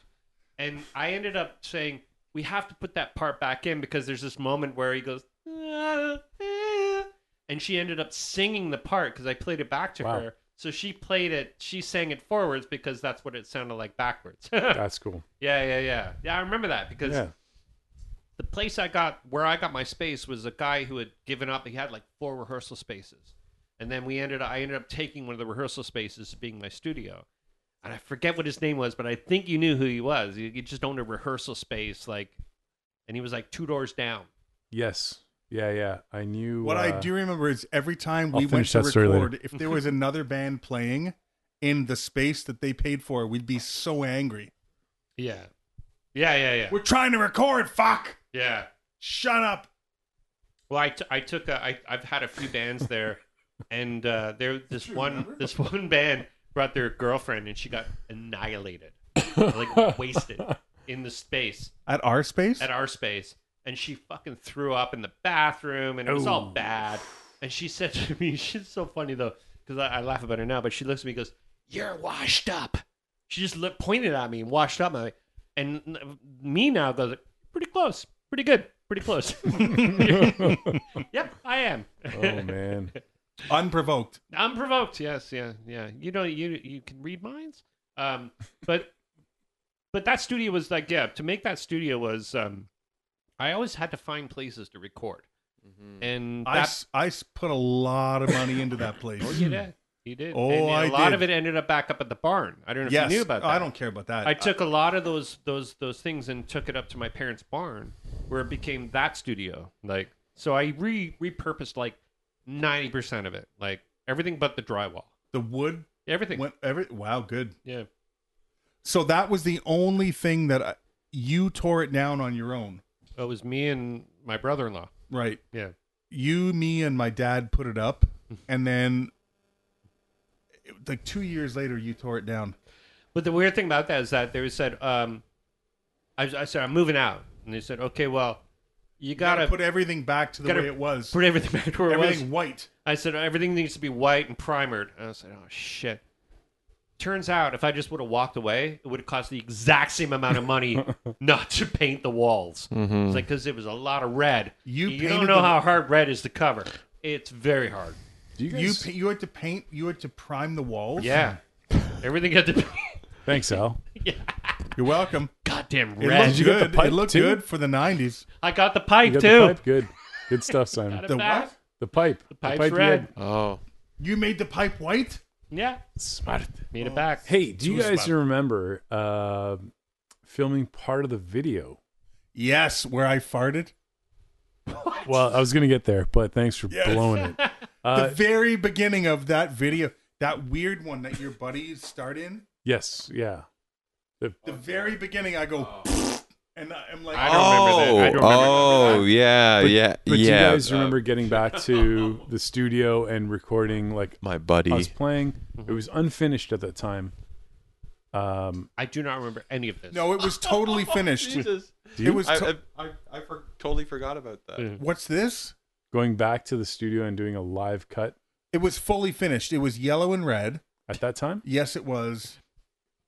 Speaker 1: And I ended up saying we have to put that part back in because there's this moment where he goes, "Ah, ah," and she ended up singing the part because I played it back to
Speaker 2: Wow.
Speaker 1: her. So she played it, she sang it forwards because that's what it sounded like backwards. yeah,
Speaker 2: That's cool.
Speaker 1: yeah, yeah, yeah. I remember that because
Speaker 2: Yeah.
Speaker 1: the place I got where I got my space was a guy who had given up. He had like four rehearsal spaces, and then we ended. I ended up taking one of the rehearsal spaces being my studio, and I forget what his name was, but I think you knew who he was. He, he just owned a rehearsal space, like, and he was like two doors down.
Speaker 2: Yes. Yeah. Yeah. I knew.
Speaker 4: What I
Speaker 2: uh,
Speaker 4: do remember is every time
Speaker 2: I'll
Speaker 4: we went
Speaker 2: finish
Speaker 4: to
Speaker 2: that story later.
Speaker 4: record, if there was another band playing in the space that they paid for, we'd be so angry.
Speaker 1: Yeah, yeah, yeah, yeah,
Speaker 4: We're trying to record. Fuck!
Speaker 1: yeah.
Speaker 4: Shut up!
Speaker 1: Well, I, t- I took a, I, I've had a few bands there, and uh, there this one this one band brought their girlfriend, and she got annihilated, like wasted in the space.
Speaker 4: At our space?
Speaker 1: at our space and she fucking threw up in the bathroom and it was all bad. And she said to me, she's so funny though, because I, I laugh about her now, but she looks at me and goes, You're washed up. She just looked, pointed at me and washed up. My, and n- me now goes, Pretty close, pretty good, pretty close. yep, I am.
Speaker 2: Oh man.
Speaker 4: Unprovoked.
Speaker 1: Unprovoked, yes, yeah, yeah. You know, you you can read minds. Um, but but that studio was like, yeah, to make that studio was, um, I always had to find places to record, and
Speaker 4: I,
Speaker 1: that,
Speaker 4: s- I s- put a lot of money into that place.
Speaker 1: oh, you did, you did.
Speaker 4: Oh,
Speaker 1: and, uh,
Speaker 4: I
Speaker 1: a lot
Speaker 4: did.
Speaker 1: of it ended up back up at the barn. I don't know
Speaker 4: Yes.
Speaker 1: if you knew about that.
Speaker 4: I don't care about that.
Speaker 1: I took a lot of those those those things and took it up to my parents' barn, where it became that studio. Like, so I re repurposed like ninety percent of it, like everything but the drywall,
Speaker 4: the wood
Speaker 1: everything.
Speaker 4: went every. Wow, good.
Speaker 1: yeah.
Speaker 4: So that was the only thing that I, you tore it down on your own,
Speaker 1: It was me and my brother-in-law.
Speaker 4: right?
Speaker 1: Yeah.
Speaker 4: You, me, and my dad put it up, and then it- like two years later, you tore it down.
Speaker 1: But the weird thing about that is that they said, um, I, I said, I'm moving out. And they said, okay, well, you
Speaker 4: You gotta
Speaker 1: got to
Speaker 4: put
Speaker 1: put,
Speaker 4: everything back to the
Speaker 1: gotta
Speaker 4: way it was.
Speaker 1: everything back to where it was.
Speaker 4: everything white.
Speaker 1: I said, everything needs to be white and primered. And I said, oh, shit. Turns out if I just would have walked away, it would have cost the exact same amount of money not to paint the walls. It's like, because it was a lot of red.
Speaker 4: You
Speaker 1: you don't
Speaker 4: painted
Speaker 1: know
Speaker 4: the-
Speaker 1: how hard red is to cover. It's very hard.
Speaker 2: Do you
Speaker 4: You
Speaker 2: guys?
Speaker 4: pa- you had to paint. You had to prime the walls.
Speaker 1: Yeah. Everything had to be
Speaker 2: Thanks, Al.
Speaker 4: You're welcome.
Speaker 1: goddamn
Speaker 4: It
Speaker 1: red.
Speaker 4: looked
Speaker 2: Did you get the
Speaker 4: good.
Speaker 2: pipe
Speaker 4: it looked
Speaker 2: too?
Speaker 4: good for the '90s.
Speaker 1: I got the
Speaker 2: You
Speaker 1: pike
Speaker 2: got
Speaker 1: too.
Speaker 2: the pipe. Good. Good stuff, Simon.
Speaker 1: Got it
Speaker 4: The
Speaker 1: back.
Speaker 4: what?
Speaker 2: The pipe. The
Speaker 1: pipe's
Speaker 2: you
Speaker 1: red.
Speaker 2: had-
Speaker 3: Oh,
Speaker 4: You made the pipe white.
Speaker 1: Yeah,
Speaker 2: Smart.
Speaker 1: made it back.
Speaker 2: Hey, do you
Speaker 4: Too
Speaker 2: guys
Speaker 4: smart.
Speaker 2: remember uh, filming part of the video?
Speaker 4: Yes, where I farted.
Speaker 2: Well, I was gonna get there, but thanks for
Speaker 4: Yes.
Speaker 2: blowing it. Uh,
Speaker 4: the very beginning of that video, that weird one that your buddies start in.
Speaker 2: yes, yeah. The-
Speaker 4: The very beginning, I go, and I'm like,
Speaker 1: Oh. I don't remember that. I don't remember
Speaker 3: oh, yeah,
Speaker 2: But-
Speaker 3: yeah,
Speaker 2: But
Speaker 3: yeah.
Speaker 2: do you guys
Speaker 3: uh,
Speaker 2: remember getting back to the studio and recording like
Speaker 3: my buddy?
Speaker 2: us playing?
Speaker 4: Mm-hmm.
Speaker 2: It was unfinished at that time. Um,
Speaker 1: I do not remember any of this.
Speaker 4: "Oh." no, it was totally finished. It was.
Speaker 3: I,
Speaker 4: To-
Speaker 3: I, I, I for- totally forgot about that.
Speaker 1: Yeah.
Speaker 4: what's this?
Speaker 2: going back to the studio and doing a live cut
Speaker 4: It was fully finished. It was yellow and red.
Speaker 2: at that time.
Speaker 4: Yes, it was.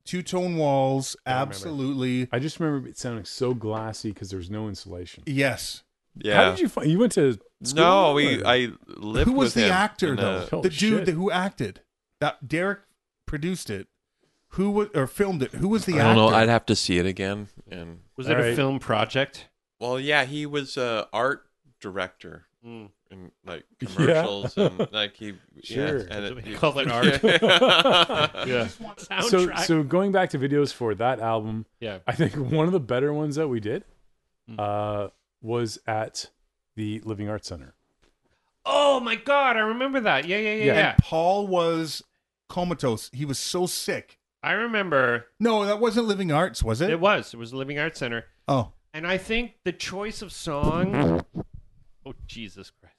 Speaker 4: Two tone walls, absolutely.
Speaker 2: I just remember it sounding so glassy because there was no insulation.
Speaker 4: Yes.
Speaker 3: Yeah.
Speaker 2: How did you find? You went to school
Speaker 3: no,
Speaker 2: or-
Speaker 3: we. I lived.
Speaker 4: who was
Speaker 3: with
Speaker 4: the
Speaker 3: him
Speaker 4: actor
Speaker 3: in
Speaker 4: though?
Speaker 3: a-
Speaker 2: Holy
Speaker 4: the dude
Speaker 2: Oh, shit.
Speaker 4: that, who acted. That Derek produced it. Who was or filmed it? Who was the
Speaker 3: I don't know.
Speaker 4: actor?
Speaker 3: I'd have to see it again. And
Speaker 1: Was it
Speaker 2: All
Speaker 1: a
Speaker 2: right.
Speaker 1: film project?
Speaker 3: well, yeah, he was a art director
Speaker 1: Mm.
Speaker 3: in like
Speaker 2: Yeah.
Speaker 3: commercials and like he.
Speaker 2: Sure.
Speaker 3: Yeah, and
Speaker 1: That's
Speaker 3: it,
Speaker 1: what you call it, art.
Speaker 3: Yeah.
Speaker 2: Yeah. So,
Speaker 1: Soundtrack.
Speaker 2: so going back to videos for that album,
Speaker 1: yeah.
Speaker 2: I think one of the better ones that we did
Speaker 4: Mm.
Speaker 2: uh, was at the Living Arts Center.
Speaker 1: Oh my god, I remember that. Yeah, yeah, yeah, yeah.
Speaker 2: Yeah.
Speaker 4: Paul was comatose. He was so sick.
Speaker 1: I remember.
Speaker 4: No, that wasn't Living Arts, was it?
Speaker 1: It was. It was the Living Arts Center,
Speaker 4: oh,
Speaker 1: and I think the choice of song. Oh Jesus Christ!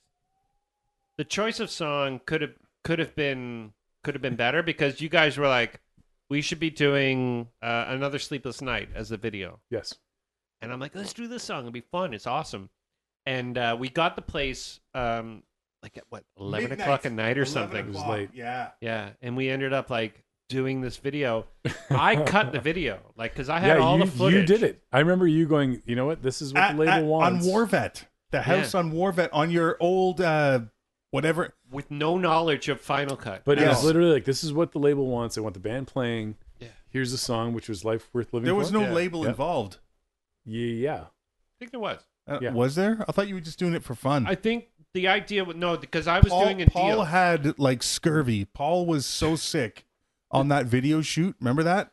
Speaker 1: The choice of song could have could have been could have been better because you guys were like, we should be doing uh, another Sleepless Night as a video.
Speaker 2: Yes.
Speaker 1: and I'm like, let's do this song. It'll be fun. It's awesome. And uh, we got the place um, like at what eleven
Speaker 4: Midnight.
Speaker 1: o'clock at night or
Speaker 4: 11
Speaker 1: something.
Speaker 2: It was
Speaker 4: o'clock,
Speaker 2: late.
Speaker 4: Yeah.
Speaker 1: Yeah, and we ended up like doing this video. I cut the video, like, because I had
Speaker 2: yeah,
Speaker 1: all
Speaker 2: you,
Speaker 1: the footage.
Speaker 2: you did it. I remember you going. You know what? This is what
Speaker 4: At-
Speaker 2: the label
Speaker 4: at- on
Speaker 2: wants.
Speaker 4: Warvet, the house on Warvet, on your old uh, whatever.
Speaker 1: with no knowledge of Final Cut.
Speaker 2: But it
Speaker 4: Yes.
Speaker 2: was literally like, this is what the label wants. I want the band playing.
Speaker 1: Yeah.
Speaker 2: Here's a song, which was "Life Worth Living."
Speaker 4: There
Speaker 2: For.
Speaker 4: was no
Speaker 1: Yeah.
Speaker 4: label
Speaker 2: Yeah.
Speaker 4: involved.
Speaker 2: Yeah, yeah.
Speaker 1: I think there was.
Speaker 4: Uh,
Speaker 2: Yeah.
Speaker 4: Was there? I thought you were just doing it for
Speaker 2: Hmm.
Speaker 4: fun.
Speaker 1: I think the idea was no, because I was
Speaker 4: Paul,
Speaker 1: doing a
Speaker 4: Paul
Speaker 1: deal.
Speaker 4: had like scurvy. Paul was so sick on that video shoot. Remember that?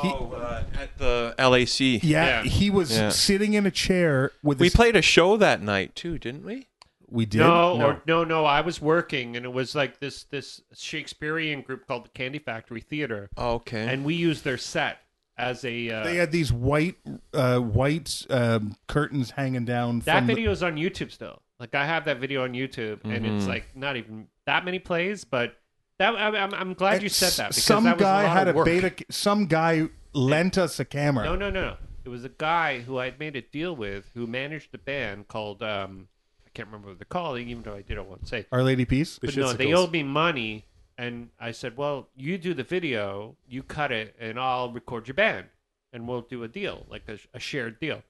Speaker 4: He-
Speaker 3: Oh, uh, at the LAC.
Speaker 1: Yeah.
Speaker 4: Yeah, he was
Speaker 3: Yeah.
Speaker 4: sitting in a chair with.
Speaker 3: We
Speaker 4: his,
Speaker 3: played a show that night too, didn't we?
Speaker 4: We did.
Speaker 1: no, or no, no. I was working, and it was like this this Shakespearean group called the Candy Factory Theater,
Speaker 2: Eh.
Speaker 3: Okay.
Speaker 1: and we used their set as a. Uh,
Speaker 4: They had these white, uh, white um, curtains hanging down.
Speaker 1: that
Speaker 4: from the-
Speaker 1: video is on YouTube still. Like I have that video on YouTube, and
Speaker 4: Mm-hmm.
Speaker 1: it's like not even that many plays, but that I, I'm, I'm glad you said that. Because
Speaker 4: some
Speaker 1: that was
Speaker 4: guy
Speaker 1: a lot
Speaker 4: had
Speaker 1: of
Speaker 4: a
Speaker 1: work.
Speaker 4: beta. Some guy lent us a camera.
Speaker 1: No, no, no, no. It was a guy who I had made a deal with who managed a band called um, I can't remember what they're called, even though I didn't want to say.
Speaker 4: Our Lady Peace.
Speaker 2: The
Speaker 1: But no, they
Speaker 2: Shitsicles.
Speaker 1: owed me money, and I said, "Well, you do the video, you cut it, and I'll record your band, and we'll do a deal, like a, a shared deal."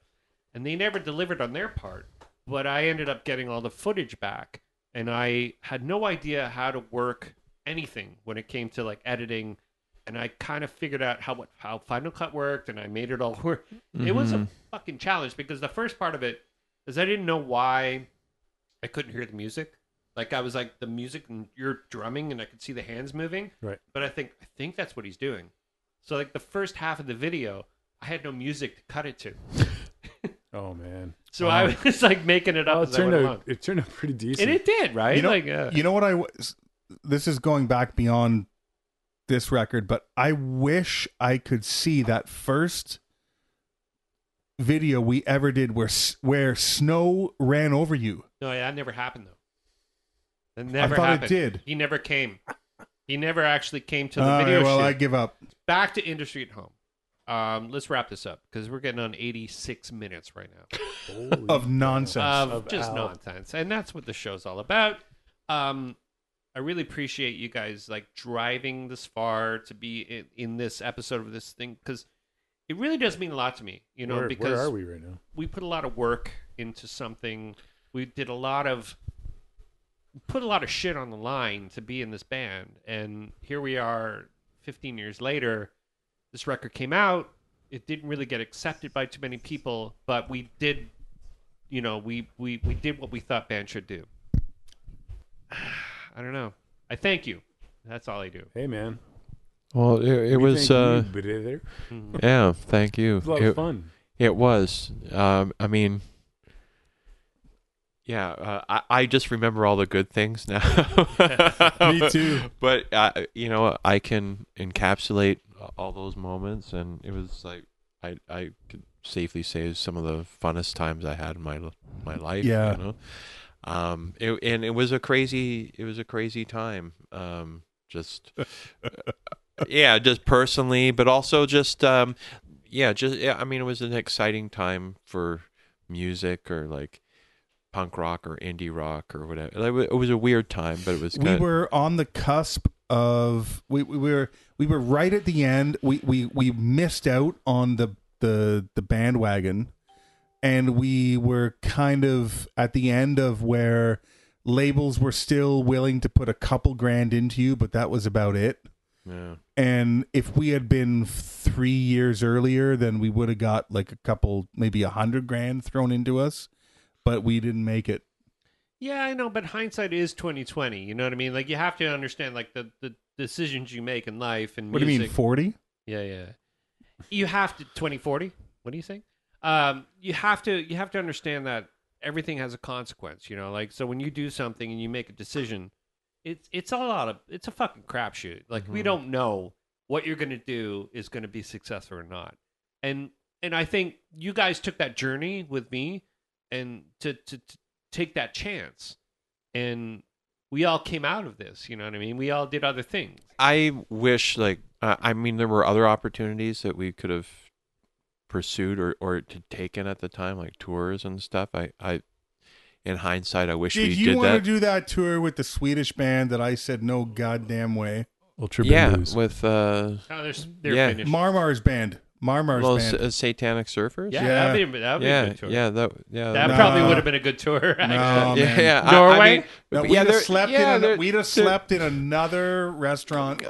Speaker 1: And they never delivered on their part, but I ended up getting all the footage back, and I had no idea how to work anything when it came to like editing, and I kind of figured out how what how Final Cut worked, and I made it all work. It was a fucking challenge because the first part of it is I didn't know why I couldn't hear the music. Like I was like the music and you're drumming and I could see the hands moving.
Speaker 2: Right.
Speaker 1: But I think I think that's what he's doing. So like the first half of the video, I had no music to cut it to.
Speaker 2: Oh man.
Speaker 1: So I was just like making it up
Speaker 2: Well, it
Speaker 1: as I
Speaker 2: turned
Speaker 1: went
Speaker 2: out.
Speaker 1: along.
Speaker 2: It turned out pretty decent.
Speaker 1: And it did, right?
Speaker 4: You know,
Speaker 1: like uh,
Speaker 4: you know what I w- this is going back beyond this record, but I wish I could see that first video we ever did where s- where snow ran over you.
Speaker 1: No, that never happened though. That never
Speaker 4: thought it
Speaker 1: happened.
Speaker 4: did.
Speaker 1: He never came. He never actually came to the
Speaker 4: All
Speaker 1: video
Speaker 4: right, well,
Speaker 1: shoot.
Speaker 4: I give up.
Speaker 1: Back to industry at home. Um, let's wrap this up because we're getting on 86 minutes right now.
Speaker 2: Holy
Speaker 4: Of nonsense.
Speaker 1: of,
Speaker 2: Of
Speaker 1: just
Speaker 2: out.
Speaker 1: nonsense and that's what the show's all about um i really appreciate you guys like driving this far to be in, in this episode of this thing because it really does mean a lot to me you know
Speaker 2: where,
Speaker 1: because
Speaker 2: where are we right now?
Speaker 1: we put a lot of work into something we did a lot of put a lot of shit on the line to be in this band and here we are 15 years later this record came out it didn't really get accepted by too many people but we did you know we we, we did what we thought band should do i don't know i thank you that's all i do
Speaker 2: Hey man.
Speaker 3: well, it, it
Speaker 2: We
Speaker 3: was. Uh,
Speaker 2: thank you, but it- it
Speaker 3: yeah. Thank you.
Speaker 2: was a lot
Speaker 3: It-
Speaker 2: of fun.
Speaker 3: It was. Um, I mean, yeah. Uh, I I just remember all the good things now.
Speaker 4: Me too.
Speaker 3: But uh, you know, I can encapsulate all those moments, and it was like I I could safely say it's some of the funnest times I had in my l- my life.
Speaker 4: Yeah.
Speaker 3: You know? Um. It, and it was a crazy. It was a crazy time. Um. Just. yeah. Just personally, but also just um yeah, just yeah, I mean it was an exciting time for music or like punk rock or indie rock or whatever. Like, it was a weird time, but it was
Speaker 4: we
Speaker 3: kind
Speaker 4: were on the cusp of we, we were we were right at the end. We we we missed out on the the the bandwagon, and we were kind of at the end of where labels were still willing to put a couple grand into you, but that was about it.
Speaker 3: yeah.
Speaker 4: And if we had been three years earlier, then we would have got like a couple, maybe a hundred grand thrown into us, but we didn't make it.
Speaker 1: Yeah, I know, but hindsight is twenty twenty. You know what I mean? Like you have to understand like the, the decisions you make in life and
Speaker 4: What do
Speaker 1: music.
Speaker 4: you mean, forty?
Speaker 1: Yeah, yeah. You have to 2040. What do you think? Um, you have to you have to understand that everything has a consequence. You know, like so when you do something and you make a decision, it's it's a lot of it's a fucking crapshoot. Like we
Speaker 3: Mhm.
Speaker 1: don't know what you're gonna do is gonna be successful or not. And and I think you guys took that journey with me, and to to, to take that chance, and we all came out of this. You know what I mean? We all did other things.
Speaker 3: I wish like uh, I mean there were other opportunities that we could have pursued or or to taken at the time like tours and stuff. I I in hindsight I wish
Speaker 4: Did
Speaker 3: we
Speaker 4: you
Speaker 3: did
Speaker 4: want
Speaker 3: that.
Speaker 4: to do that tour with the Swedish band that I said no goddamn way?
Speaker 2: Ultra
Speaker 3: yeah,
Speaker 2: Bamboos.
Speaker 3: with uh,
Speaker 1: Oh, they're, s- they're
Speaker 3: Yeah.
Speaker 1: finished.
Speaker 4: Marmar's band. Marmar's
Speaker 3: well,
Speaker 4: band.
Speaker 3: s- uh, Satanic Surfers.
Speaker 1: yeah,
Speaker 4: Yeah.
Speaker 1: that'd be, that'd be a
Speaker 3: yeah,
Speaker 1: good tour.
Speaker 3: yeah, that, yeah,
Speaker 1: That
Speaker 4: No.
Speaker 1: probably would have been a good tour.
Speaker 4: no,
Speaker 1: actually.
Speaker 3: yeah,
Speaker 4: man.
Speaker 3: yeah.
Speaker 1: Norway?
Speaker 4: No,
Speaker 3: but
Speaker 4: we'd have
Speaker 3: they're-
Speaker 4: slept
Speaker 3: yeah,
Speaker 4: in.
Speaker 3: they're-
Speaker 4: An, we'd have
Speaker 3: they're-
Speaker 4: slept in another restaurant.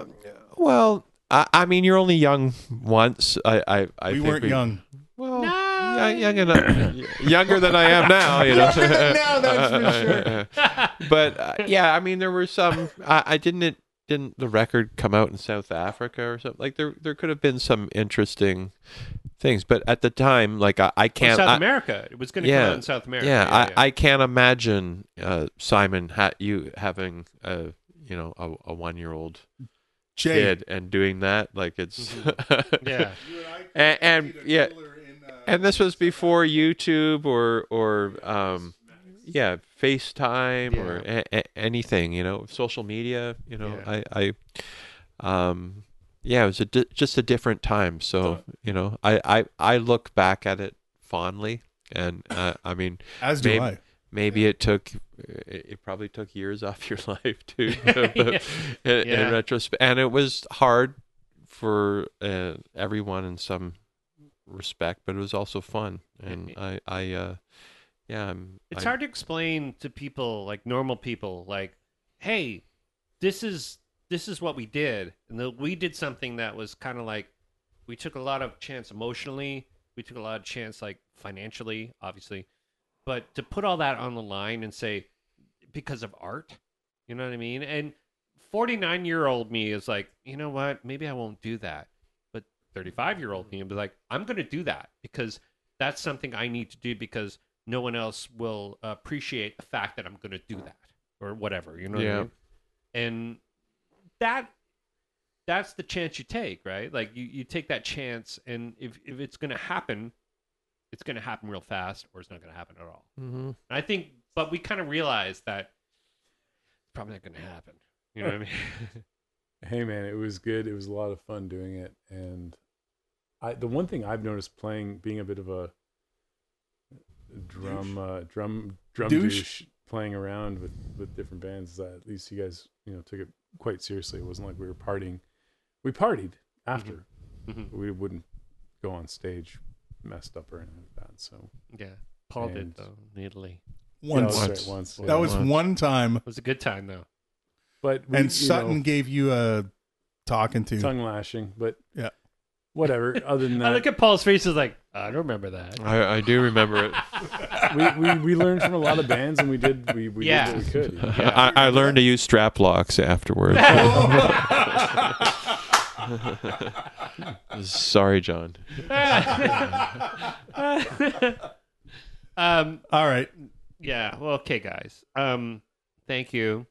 Speaker 3: Well, I, I mean, you're only young once. I, I, I
Speaker 4: we
Speaker 3: think
Speaker 4: weren't young.
Speaker 3: Well, yeah, young enough, younger than I am now. You know,
Speaker 4: Younger than now, that's
Speaker 3: for sure. but uh, yeah, I mean, there were some. I, I didn't. It didn't the record come out in South Africa or something? Like there, there could have been some interesting things. But at the time, like I, I
Speaker 1: Well,
Speaker 3: can't.
Speaker 1: South
Speaker 3: I-
Speaker 1: America. It was going to
Speaker 3: Yeah.
Speaker 1: come out in South America.
Speaker 3: yeah, I, I can't imagine uh, Simon ha- you having a you know a, a one year old
Speaker 4: Jay,
Speaker 3: kid and doing that like it's
Speaker 1: Mm-hmm. yeah.
Speaker 3: and, and yeah
Speaker 4: uh,
Speaker 3: and this was before YouTube or or um yeah FaceTime or a- a- anything you know social media you know
Speaker 1: Yeah.
Speaker 3: I I um yeah it was a di- just a different time so you know I I I look back at it fondly and uh, I mean
Speaker 4: as do
Speaker 3: maybe-
Speaker 4: I.
Speaker 3: maybe it took it, it probably took years off your life too but
Speaker 1: Yeah.
Speaker 3: in,
Speaker 1: Yeah.
Speaker 3: in retrospect and it was hard for uh, everyone in some respect but it was also fun and i i uh yeah i'm
Speaker 1: It's
Speaker 3: I-
Speaker 1: hard to explain to people, like normal people, like, hey, this is this is what we did, and the, we did something that was kind of like, we took a lot of chance emotionally, we took a lot of chance like financially, obviously, but to put all that on the line and say, because of art, you know what I mean? And forty nine year old me is like, you know what? Maybe I won't do that, but thirty five year old me would be like, I'm going to do that because that's something I need to do because no one else will appreciate the fact that I'm going to do that or whatever. You know what
Speaker 3: Yeah.
Speaker 1: I mean? And that that's the chance you take, right? Like you, you take that chance, and if if it's going to happen, it's going to happen real fast, or it's not going to happen at all.
Speaker 3: Mhm.
Speaker 1: And I think, but we kind of realized that probably not going to happen. You know what I mean?
Speaker 2: hey man, it was good. It was a lot of fun doing it, and I the one thing I've noticed playing, being a bit of a drum, uh, drum, drum douche.
Speaker 4: Douche?
Speaker 2: playing around with with different bands is that at least you guys you know took it quite seriously. It wasn't like we were partying. We partied after,
Speaker 4: Mm-hmm.
Speaker 1: Mhm.
Speaker 2: but we wouldn't go on stage messed up or anything like that. So
Speaker 1: yeah. Paul
Speaker 2: And-
Speaker 1: did though in Italy.
Speaker 4: Once.
Speaker 2: Yeah,
Speaker 3: Once.
Speaker 2: that's right, once. yeah.
Speaker 4: that was
Speaker 3: Once.
Speaker 4: one time.
Speaker 1: It was a good time though.
Speaker 2: But we,
Speaker 4: And
Speaker 2: you
Speaker 4: Sutton
Speaker 2: know,
Speaker 4: gave you a talking to.
Speaker 2: tongue lashing, but
Speaker 4: Yeah.
Speaker 2: whatever. Other than
Speaker 1: I look
Speaker 2: that,
Speaker 1: at Paul's face. Is like I don't remember that.
Speaker 3: I, I do remember it
Speaker 2: we, we, we learned from a lot of bands, and we did we, we
Speaker 1: Yeah.
Speaker 2: did what we could. you know?
Speaker 3: I, I learned to use strap locks afterwards sorry john
Speaker 1: um,
Speaker 4: All right.
Speaker 1: yeah. Well, okay, guys. Um, thank you.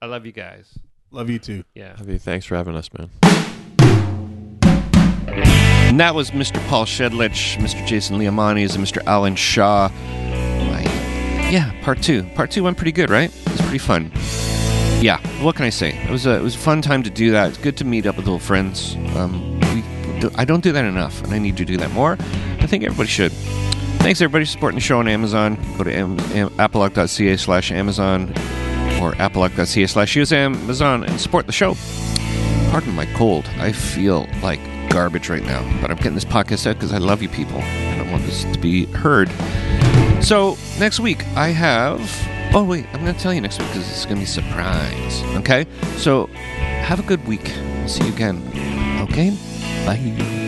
Speaker 1: I love you guys.
Speaker 4: Love you too.
Speaker 1: Yeah.
Speaker 3: Love you. thanks for having us man
Speaker 6: And that was Mr. Paul Shedlich, Mr. Jason Leomanis, and Mr. Alan Shaw. My- yeah, part two. Part two went pretty good, right? It was pretty fun. Yeah, what can I say? It was a, it was a fun time to do that. It's good to meet up with old friends. Um, we, I don't do that enough, and I need to do that more. I think everybody should. Thanks, everybody, for supporting the show on Amazon. Go to am, am, appaluck.ca slash Amazon or appaluck.ca slash use Amazon and support the show. Pardon my cold. I feel like garbage right now, but I'm getting this podcast out because I love you people and I want this to be heard. So next week I have. Oh wait, I'm going to tell you next week because it's going to be a surprise. Okay, so have a good week. See you again. Okay, bye.